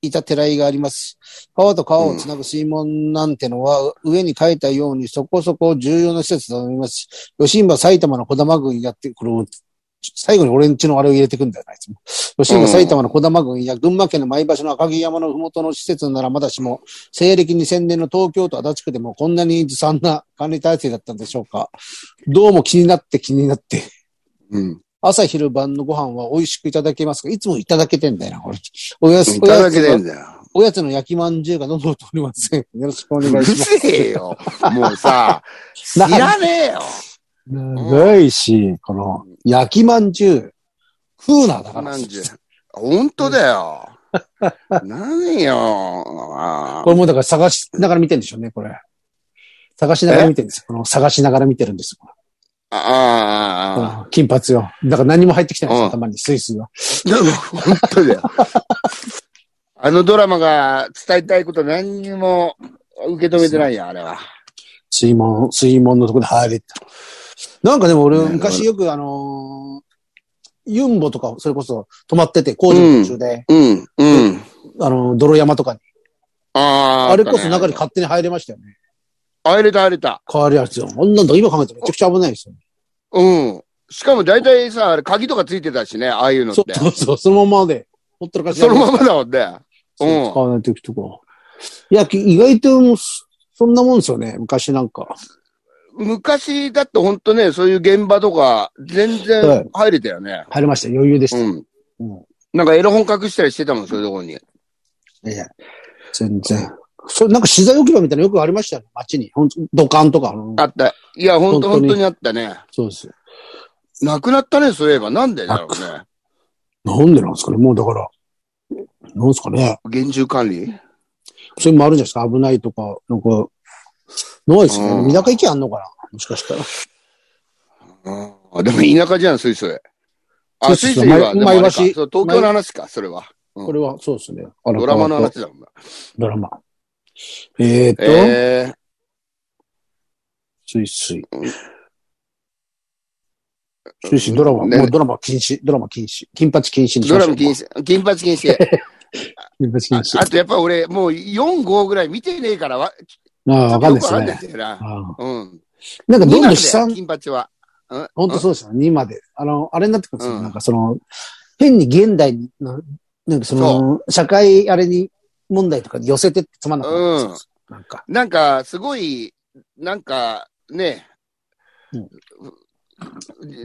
Speaker 1: いた寺井があります。川と川をつなぐ水門なんてのは、上に書いたようにそこそこ重要な施設だと思います。吉村埼玉の小玉郡やって、これ、最後に俺んちのあれを入れてくんだよな、いつも。吉村埼玉の小玉郡や群馬県の前橋の赤城山のふもとの施設ならまだしも、西暦2000年の東京都足立区でもこんなにずさんな管理体制だったんでしょうか。どうも気になって気になって。
Speaker 2: うん。
Speaker 1: 朝昼晩のご飯は美味しくいただけますかいつもいただけてんだよな、これ。おやす
Speaker 2: い
Speaker 1: お
Speaker 2: た
Speaker 1: や
Speaker 2: だけ
Speaker 1: つ
Speaker 2: て
Speaker 1: が
Speaker 2: んだよ。
Speaker 1: おやつの焼きまんじゅうが喉を通りません。よろしくお
Speaker 2: う
Speaker 1: 願いしま
Speaker 2: る
Speaker 1: す。
Speaker 2: せえよ。もう さ、知らねえよ。
Speaker 1: 長いし、この、焼きまんじゅう。風なだから。
Speaker 2: なんじゅ本当 だよ。何よ。あ
Speaker 1: これもうだから探しながら見てるんでしょうね、これ。探しながら見てるんですよ。この探しながら見てるんですよ。
Speaker 2: あああ、
Speaker 1: うん金髪よ。だから何も入ってきてないんです
Speaker 2: う
Speaker 1: よ、
Speaker 2: ん
Speaker 1: たまに。スイスイは。
Speaker 2: でも本当だよ。あのドラマが伝えたいこと何にも受け止めてないよ、あれは。
Speaker 1: 水門、水門のとこで入れた。なんかでも俺、
Speaker 2: ね
Speaker 1: 昔よくあのーユンボとか、それこそ止まってて、工事の途中で、
Speaker 2: うん、うん。
Speaker 1: あのー、泥山とかに。
Speaker 2: ああ。
Speaker 1: あれこそ中に
Speaker 2: か。
Speaker 1: 勝手に入れましたよね。
Speaker 2: あ、入れた、入れた。
Speaker 1: 変わるやつよ。こんなんと今考えてめちゃくちゃ危ないですよ。
Speaker 2: うん。しかも大体さ、あれ鍵とかついてたしね、ああいうのっ
Speaker 1: そ
Speaker 2: て。
Speaker 1: うそう、そのままで、ほったらかし
Speaker 2: そのままだもんね。う
Speaker 1: そう使わないときとか。いや、き意外ともうそ、そんなもんですよね、昔なんか。
Speaker 2: ん。昔だって本当ね、そういう現場とか、全
Speaker 1: は
Speaker 2: 然
Speaker 1: い
Speaker 2: 入れたよね。
Speaker 1: 入りました、余裕でした。
Speaker 2: うん。
Speaker 1: うん
Speaker 2: なんかエロ本隠したりしてたもん、そういうところに。
Speaker 1: ええ全然。それなんか資材置き場みたいなのよくありましたよね、街に。ほんとドカンとか。うん
Speaker 2: あった。いや、本
Speaker 1: 本当
Speaker 2: 当本
Speaker 1: に
Speaker 2: 当にあったね。
Speaker 1: そうですよ。
Speaker 2: なくなったね、そういえば。なんでだろうね。
Speaker 1: なんでなんですかね、もうだから。なんですかね。
Speaker 2: 厳重管理
Speaker 1: それもあるじゃないですか、危ないとか、なんか。ないですね。
Speaker 2: うん
Speaker 1: 三鷹駅あんのかなもしかしたら。
Speaker 2: あでも田舎じゃん、スイスイ。あ、
Speaker 1: そ
Speaker 2: ス
Speaker 1: う
Speaker 2: イ
Speaker 1: そう
Speaker 2: スイは、
Speaker 1: 前
Speaker 2: でもあれか
Speaker 1: 前橋
Speaker 2: そう東京の話か、それは。
Speaker 1: これは、そうですね。あ
Speaker 2: ドラマの
Speaker 1: 変わっ
Speaker 2: 話だもんな。
Speaker 1: たドラマ。えーっと、
Speaker 2: え
Speaker 1: スイスイ
Speaker 2: うん。
Speaker 1: スイスイドラマ、
Speaker 2: ね
Speaker 1: もうドラマ禁止、ドラマ禁止。金八禁止に
Speaker 2: ー、
Speaker 1: しま
Speaker 2: ド
Speaker 1: し
Speaker 2: ラ
Speaker 1: ょ
Speaker 2: ム
Speaker 1: う
Speaker 2: 禁止、金髪禁止。
Speaker 1: 金八 禁止。
Speaker 2: あとやっぱ俺、もう4、5ぐらい見てねえからわ、
Speaker 1: ああ、わかんない
Speaker 2: よ
Speaker 1: で
Speaker 2: く
Speaker 1: す
Speaker 2: わかんない
Speaker 1: ね
Speaker 2: ん。だよな。
Speaker 1: ああ
Speaker 2: うん。
Speaker 1: なんかどん
Speaker 2: 2
Speaker 1: ど悲
Speaker 2: なんんだよ、
Speaker 1: 惨、
Speaker 2: 金髪は。うん
Speaker 1: 本当そうですよね。2まで。あの、あれになってくるんですよ。
Speaker 2: うん
Speaker 1: なんかその、変に現代の、なんかその、社会あれに、問題とかに寄せてってつまんなくなるんですよなんか。
Speaker 2: なんか、すごい、なんか、ね、
Speaker 1: うん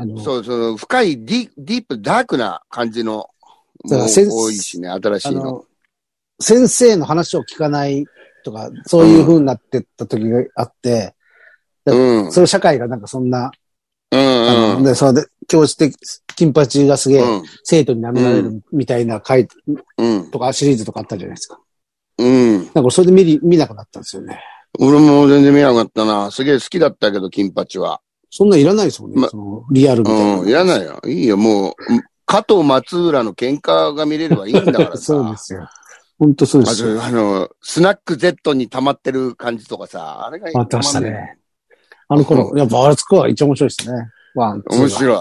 Speaker 1: あの
Speaker 2: そうそう、深いディディープ、ダークな感じの、
Speaker 1: だから
Speaker 2: もう
Speaker 1: センス
Speaker 2: 多いしね、新し
Speaker 1: あ
Speaker 2: いの。
Speaker 1: の、先生の話を聞かないとか、そういう風になってった時があって、
Speaker 2: うん。うん
Speaker 1: それを社会がなんかそんな、
Speaker 2: うん
Speaker 1: あの、で、それで、教師的、金八がすげ
Speaker 2: う
Speaker 1: え、
Speaker 2: ん。
Speaker 1: 生徒に舐められるみたいな回
Speaker 2: うん。
Speaker 1: とか、シリーズとかあったじゃないですか。
Speaker 2: うん。
Speaker 1: なんか、それで見り、見なくなったんですよね。
Speaker 2: 俺も全然見なかったな。すげえ好きだったけど、金八は。
Speaker 1: そんなんいらないですもんね、
Speaker 2: ま
Speaker 1: その、リアルみたいな。
Speaker 2: うん。いらないよ。いいよ、もう、加藤松浦の喧嘩が見れればいいんだからさ。
Speaker 1: そうですよ。本当そうで
Speaker 2: あ
Speaker 1: すよ。
Speaker 2: と、あの、スナック Z に溜まってる感じとかさ、あれが
Speaker 1: あってました
Speaker 2: たまんね
Speaker 1: ね。あの頃、やっぱ、あれつくは一番面白いですね。ワン、
Speaker 2: え面
Speaker 1: い。
Speaker 2: 白い。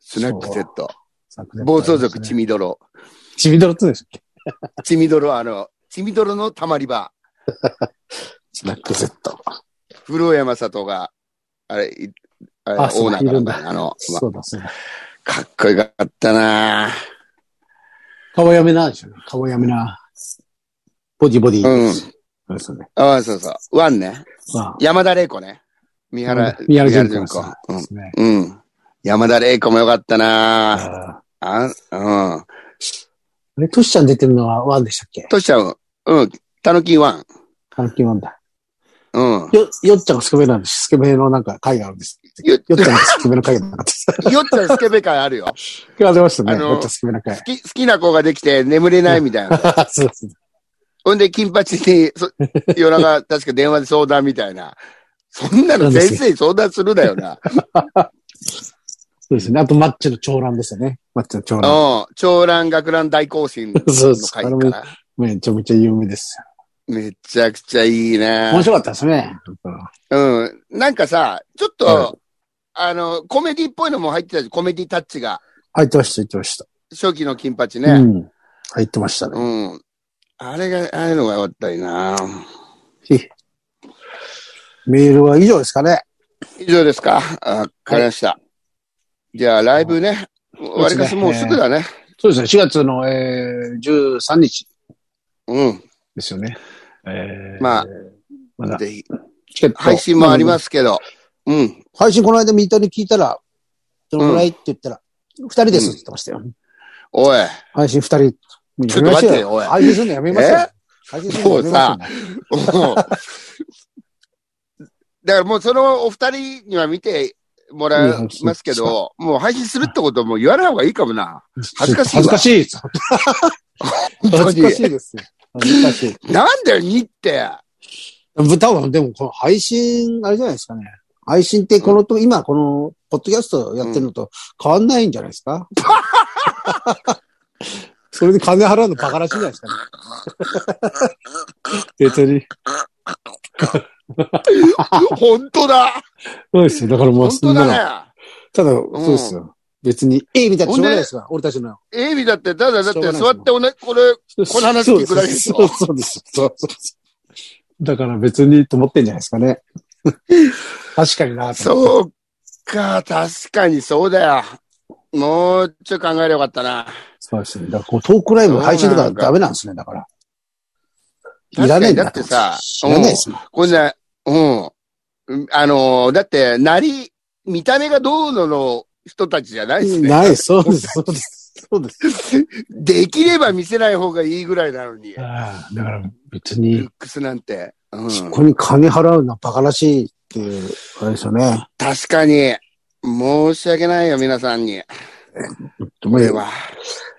Speaker 2: スナック Z。暴
Speaker 1: 暴
Speaker 2: 走族ちみどろ。
Speaker 1: ちびどろって言うんでしたっけ
Speaker 2: ちみどろは、あの、ちみどろの溜まり場。
Speaker 1: スナック Z。
Speaker 2: 古山里が、あれ、いあれ
Speaker 1: あそう
Speaker 2: オーナーか
Speaker 1: いる
Speaker 2: なんん
Speaker 1: だ
Speaker 2: かねあの、ま
Speaker 1: そうですね。
Speaker 2: かっこよかったなぁ
Speaker 1: 顔やめなでしょうね。顔やめな。ボディボディ。
Speaker 2: うん。
Speaker 1: そうですよね。
Speaker 2: ああ、そうそう。ワンね。
Speaker 1: ま
Speaker 2: 山田玲子ね。三原
Speaker 1: あ、、宮原淳
Speaker 2: 純
Speaker 1: 君
Speaker 2: 子
Speaker 1: さんですね。
Speaker 2: うん。うん。山田玲子もよかったな
Speaker 1: あ
Speaker 2: あ、うん。
Speaker 1: れ、トシちゃん出てるのはワンでしたっけ
Speaker 2: としちゃう。うん。たぬきワン。
Speaker 1: 関係ワンだ。
Speaker 2: うん。
Speaker 1: よ、よっちゃんがスケベなんです。スケベのなんか会があるんです。
Speaker 2: よ
Speaker 1: よっちゃんがスケベの会がなかったです。
Speaker 2: よっちゃんスケベ会あるよ。
Speaker 1: 今日出ましたね。
Speaker 2: あの
Speaker 1: よっちゃんスケベの会
Speaker 2: 好。き、好きな子ができて眠れないみたいな。
Speaker 1: そうですね。
Speaker 2: ほんで、金八に、そ夜中、確か電話で相談みたいな。そんなの先生に相談するだよな。
Speaker 1: そうですね。あと、マッチの長男ですよね。マッチの長男。
Speaker 2: うん。長蘭学蘭大行進の
Speaker 1: そうそう。あ
Speaker 2: 会
Speaker 1: れ
Speaker 2: か
Speaker 1: も
Speaker 2: な。
Speaker 1: めちゃめちゃ有名です。
Speaker 2: めちゃくちゃいいな
Speaker 1: 面白かったですね。
Speaker 2: うん。なんかさ、ちょっと、
Speaker 1: は
Speaker 2: あの、コメディっぽいのも入ってたし、コメディタッチが。
Speaker 1: 入ってました、入ってました。
Speaker 2: 初期の金八
Speaker 1: う
Speaker 2: ね。
Speaker 1: ん。入ってました
Speaker 2: う
Speaker 1: ね。
Speaker 2: ん。あれが、ああいうのがよかったりな
Speaker 1: メールは以上ですかね。
Speaker 2: 以上ですかあわかりました。じゃあ、ライブね。わりかしもうすぐだね。
Speaker 1: そうですね。4月の、えー、13日
Speaker 2: うん。
Speaker 1: ですよね。えー、
Speaker 2: まあ、
Speaker 1: まだ
Speaker 2: ぜひ。
Speaker 1: チケット。。
Speaker 2: 配信もありますすけど。うん。
Speaker 1: 配信この間ミートに聞いたら、どのぐらいって言ったら、二人ですって言ってましたよ。
Speaker 2: おい。
Speaker 1: 配信二人。
Speaker 2: ちょっと待ってよおい
Speaker 1: 配信するのやめましょう
Speaker 2: え。
Speaker 1: 配信するのやめましょう。
Speaker 2: もうだからもうそのお二人には見てもらいますけど、もう配信するってことも言わない方がいいかもな。恥ずかしい
Speaker 1: 恥
Speaker 2: わ
Speaker 1: ずかしい です。
Speaker 2: 当
Speaker 1: 恥
Speaker 2: に
Speaker 1: ずかしいですよ。恥ずかしい。
Speaker 2: なんだよ、にって。
Speaker 1: 多分、でも、この配信、あれじゃないですかね。配信って、このと、今、この、ポッドキャストやってるのと変わんないんじゃないですか、それで金払うのバカらしいじゃないですかね。 別に。
Speaker 2: 本当だ。
Speaker 1: そうですよ。だからもう、
Speaker 2: 本
Speaker 1: そ
Speaker 2: 当
Speaker 1: んなの、
Speaker 2: だね。
Speaker 1: ただ、そうですよ。別に、ええみたいなしょうがないですから、俺たちの。
Speaker 2: エイビだって、ただだって座っておね、これ、
Speaker 1: こ
Speaker 2: の話聞くだけでし
Speaker 1: そ
Speaker 2: ょ
Speaker 1: うそうです。そうそうです。だから別にと思ってんじゃないですか ね。確かになと思って
Speaker 2: そうか、確かにそうだよ。もうちょい考えればよかったな。
Speaker 1: そうですね。だからこうトークライブ配信とかダメなんですね、だから。いらねえんだ
Speaker 2: だってさ
Speaker 1: 知らないですもん。
Speaker 2: こんな、うん。うんあのーだって、なり、見た目がどうのの人たちじゃないですね。
Speaker 1: ないです、そうです、そうです。そう です。
Speaker 2: できれば見せない方がいいぐらいなのに、
Speaker 1: ああだから別
Speaker 2: ル
Speaker 1: に
Speaker 2: ッ、クスなんて。うん、
Speaker 1: そこに金払うのはバカらしいっていう、あれですよね。
Speaker 2: 確かに、申し訳ないよ、皆さんに。これは。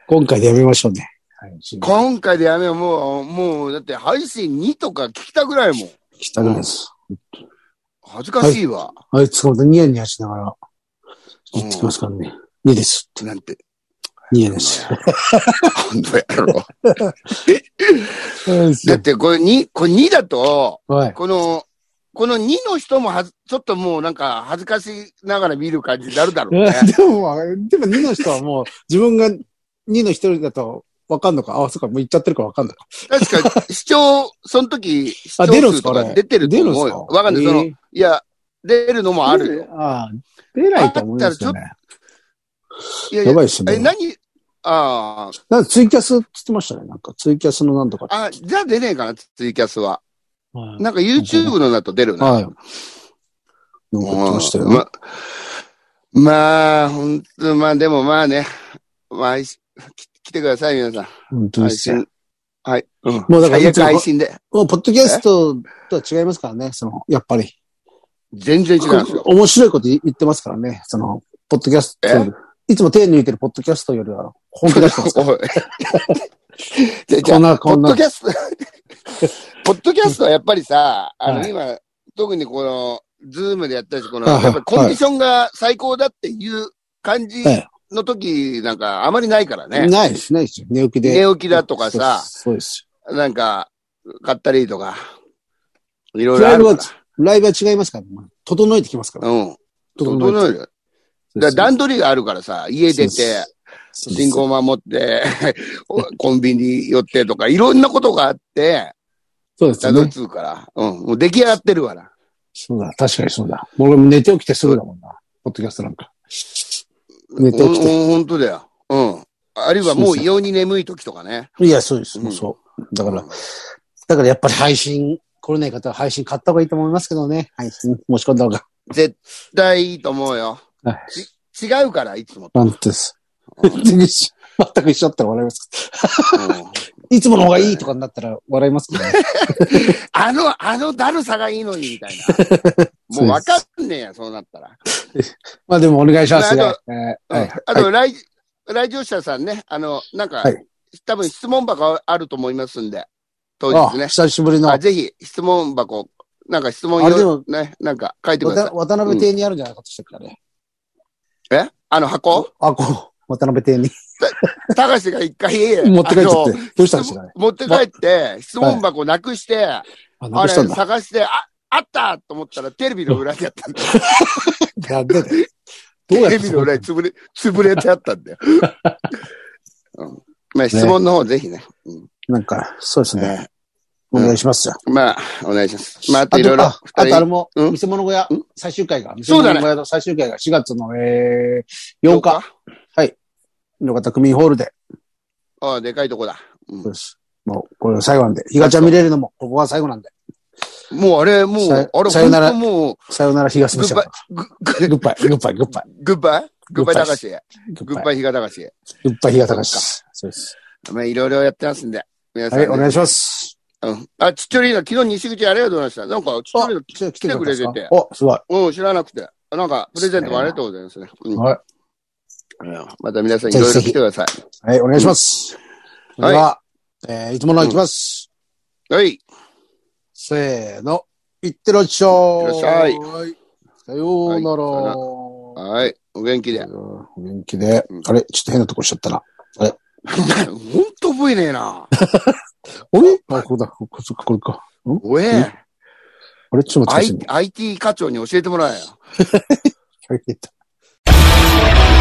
Speaker 1: 今回でやめましょうね。はい。
Speaker 2: 今回でやめよう、もう、もう、だって配信2とか聞きたくないもん。
Speaker 1: したくないです。
Speaker 2: 恥ずかしいわ。
Speaker 1: あいつがまたニヤニヤしながら言ってきますからね。2ですって。
Speaker 2: なんて、
Speaker 1: 2円です。
Speaker 2: 本当やろ。
Speaker 1: そうです
Speaker 2: だって、これ2、これ2だと、
Speaker 1: はい。
Speaker 2: この、この2の人もはず、ちょっともうなんか恥ずかしながら見る感じになるだろ うね。
Speaker 1: でも、でも2の人はもう、自分が2の一人だと分かんのか。あ、そっか、もう行っちゃってるから分かんのか。
Speaker 2: 確か、視聴、その時、視
Speaker 1: あ、
Speaker 2: 聴
Speaker 1: 出るんす
Speaker 2: 数
Speaker 1: か
Speaker 2: と
Speaker 1: あ
Speaker 2: か
Speaker 1: れ
Speaker 2: 出てると
Speaker 1: 出るんす
Speaker 2: 思う
Speaker 1: か
Speaker 2: よ。わかんない、その、
Speaker 1: え
Speaker 2: いや、出るのも
Speaker 1: ー
Speaker 2: あるよ。
Speaker 1: あ出ないと思いますよね。
Speaker 2: いやい
Speaker 1: や
Speaker 2: や
Speaker 1: ばいですね
Speaker 2: え、。何あー
Speaker 1: なんかツイキャスって言ってましたね。なんかツイキャスのなんとか。
Speaker 2: あ、じゃあ出ねえかな、ツイキャスは。
Speaker 1: はい。
Speaker 2: なんか YouTube のだと出るな。
Speaker 1: はい。なんか言ってましたよね。
Speaker 2: ままあ、本当まあでもまあね、まあ、来来てください、皆さん。
Speaker 1: 本当で
Speaker 2: 配
Speaker 1: すよ
Speaker 2: 信。。はい。うん。
Speaker 1: もうだから
Speaker 2: 最悪配信で。
Speaker 1: もうポッドキャストとは違いますからね。その、やっぱり。
Speaker 2: 全然違うんですよ。
Speaker 1: 面白いこと言ってますからね。その、ポッドキャストより。いつも手抜いてるポッドキャストよりは、本気出してますか
Speaker 2: お い。じゃあ じゃ
Speaker 1: ら。こん
Speaker 2: あ
Speaker 1: な、こん
Speaker 2: ポ
Speaker 1: な
Speaker 2: ッドキ。ャスト、 ポッドキャストはやっぱりさ、あの、
Speaker 1: はい
Speaker 2: 今、特にこの、ズームでやったし、この、
Speaker 1: はいはい
Speaker 2: やっぱコンディションが最高だっていう感じ
Speaker 1: はい
Speaker 2: の時なんかあまりないからね。
Speaker 1: ないです、ないですよ。寝起きで。
Speaker 2: 寝起きだとかさ、
Speaker 1: そうです。
Speaker 2: なんか、買ったりとか、いろいろある
Speaker 1: それ
Speaker 2: か
Speaker 1: はライブは違いますから、ね、整えてきますから。
Speaker 2: ら。うん。
Speaker 1: え
Speaker 2: 整えるよ。だから段取りがあるからさ、家出
Speaker 1: そう
Speaker 2: て
Speaker 1: で、て
Speaker 2: 信号守って、 コンビニ寄ってとか、いろんなことがあって、
Speaker 1: そうです
Speaker 2: た
Speaker 1: よ
Speaker 2: どり
Speaker 1: ね。
Speaker 2: 着くから。うん。もう出来上がってるから。
Speaker 1: そうだ、確かにそうだ。俺も寝て起きてすぐだもんな。ポッドキャストなんか。寝て
Speaker 2: ほ
Speaker 1: 起
Speaker 2: ん、
Speaker 1: きて。
Speaker 2: ほんほんとだよ。うん。あるいはもう異様に眠い時とかね。
Speaker 1: いや、そうです。
Speaker 2: うん
Speaker 1: もうそう。だから、だからやっぱり配信、来れない方は配信買った方がいいと思いますけどね。配信申し込んだ方が。
Speaker 2: 絶対いいと思うよ。
Speaker 1: はい
Speaker 2: ち違うから、いつもと。
Speaker 1: なんてです。全然一緒全く一緒だったら笑いますけ
Speaker 2: うん
Speaker 1: ど。いつもの方がいいとかになったら笑いますけどね。
Speaker 2: あの、あのだるさがいいのに、みたい な。もうわかんねえや、そうなったら。
Speaker 1: まあでもお願いします
Speaker 2: な
Speaker 1: よ
Speaker 2: ん。
Speaker 1: えー
Speaker 2: う
Speaker 1: はい
Speaker 2: ん。あと、来、来場者さんね、あの、なんか、
Speaker 1: はい
Speaker 2: 多分質問箱あると思いますんで、当
Speaker 1: あ
Speaker 2: 日ね。
Speaker 1: 久しぶりの。
Speaker 2: あぜひ、質問箱、なんか質問
Speaker 1: あれで
Speaker 2: よ
Speaker 1: も、
Speaker 2: ね、なんか書いてくださ
Speaker 1: 渡
Speaker 2: い。
Speaker 1: 渡辺邸にあるんじゃないかとしたからね。
Speaker 2: えあの箱
Speaker 1: あ、こう、渡辺邸に
Speaker 2: 高橋が一回、
Speaker 1: 持って帰っちゃって
Speaker 2: あの。
Speaker 1: どうしたんですかね。
Speaker 2: 持って帰って、質問箱なくして、
Speaker 1: あ、な
Speaker 2: あ
Speaker 1: く
Speaker 2: れ
Speaker 1: したんだ。
Speaker 2: 探して、あ、あったと思ったらテレビの裏にあったんだよ。
Speaker 1: なんでだよ どうや
Speaker 2: テ
Speaker 1: っ
Speaker 2: レ
Speaker 1: て
Speaker 2: ビの裏に潰れ、潰れてあった んだよ。うん、まあ質問の方ぜひね。うん
Speaker 1: なんか、そうですね。
Speaker 2: ね
Speaker 1: お願いしますよ。
Speaker 2: まあ、お願いします。まあ、あ
Speaker 1: あ
Speaker 2: といろ
Speaker 1: と、
Speaker 2: いろ
Speaker 1: あ、あ
Speaker 2: 二
Speaker 1: とあ
Speaker 2: 人
Speaker 1: れも、
Speaker 2: うん
Speaker 1: 見せ物小屋
Speaker 2: うん、
Speaker 1: 最終回が、見せ
Speaker 2: そう
Speaker 1: 物
Speaker 2: だね
Speaker 1: 小屋の最終回が4月の、えー、8日、。の方区民ホールで、
Speaker 2: ああ、でかいとこだ。うん
Speaker 1: そうです。もう、これが最後なんで、ひがちゃん見れるのも、ここが最後なんで、
Speaker 2: もうあれ、もう、
Speaker 1: さ
Speaker 2: あ
Speaker 1: よ
Speaker 2: れ、本
Speaker 1: さよなら
Speaker 2: 当もう、
Speaker 1: さよなら東スペシャル。
Speaker 2: グッ
Speaker 1: グッバイ、グッバイ、グッバイ、
Speaker 2: グッバイグッバイ
Speaker 1: グッバ
Speaker 2: 高
Speaker 1: イ
Speaker 2: 橋。
Speaker 1: グ
Speaker 2: グ
Speaker 1: ッ
Speaker 2: ッ
Speaker 1: バイ、
Speaker 2: バイ日が高橋。
Speaker 1: グッバイ、ひがたかし。そうです。
Speaker 2: まあ、いろいろやってますんで。皆さん
Speaker 1: は
Speaker 2: ね、
Speaker 1: い、お願いします。
Speaker 2: うんあ、ちっちゃいリーダー、昨日西口ありがとうございました。なんか、ちっちゃいリーダー
Speaker 1: 来て来く
Speaker 2: くれてて
Speaker 1: ださったんですかお、すごい。
Speaker 2: うん、知らなくて。なんか、プレゼントもありがとうございますね。うん
Speaker 1: はい。
Speaker 2: うんまた皆さんいろいろ来てください。
Speaker 1: はい、お願いします。
Speaker 2: うん
Speaker 1: では、えー、いつものいきます。
Speaker 2: はい。
Speaker 1: せーの。いってらっしゃい。
Speaker 2: いってらっしゃい
Speaker 1: はい。さようなら。
Speaker 2: はい。お元気で。
Speaker 1: お元気で
Speaker 2: うん。
Speaker 1: あれちょっと変なとこしちゃったな。
Speaker 2: ほんと覚えねえな。
Speaker 1: あれあ、ここだ。ここそっかこれか。
Speaker 2: おえ。
Speaker 1: あれちょっと待って
Speaker 2: I- IT 課長に教えてもらえよ。
Speaker 1: ください。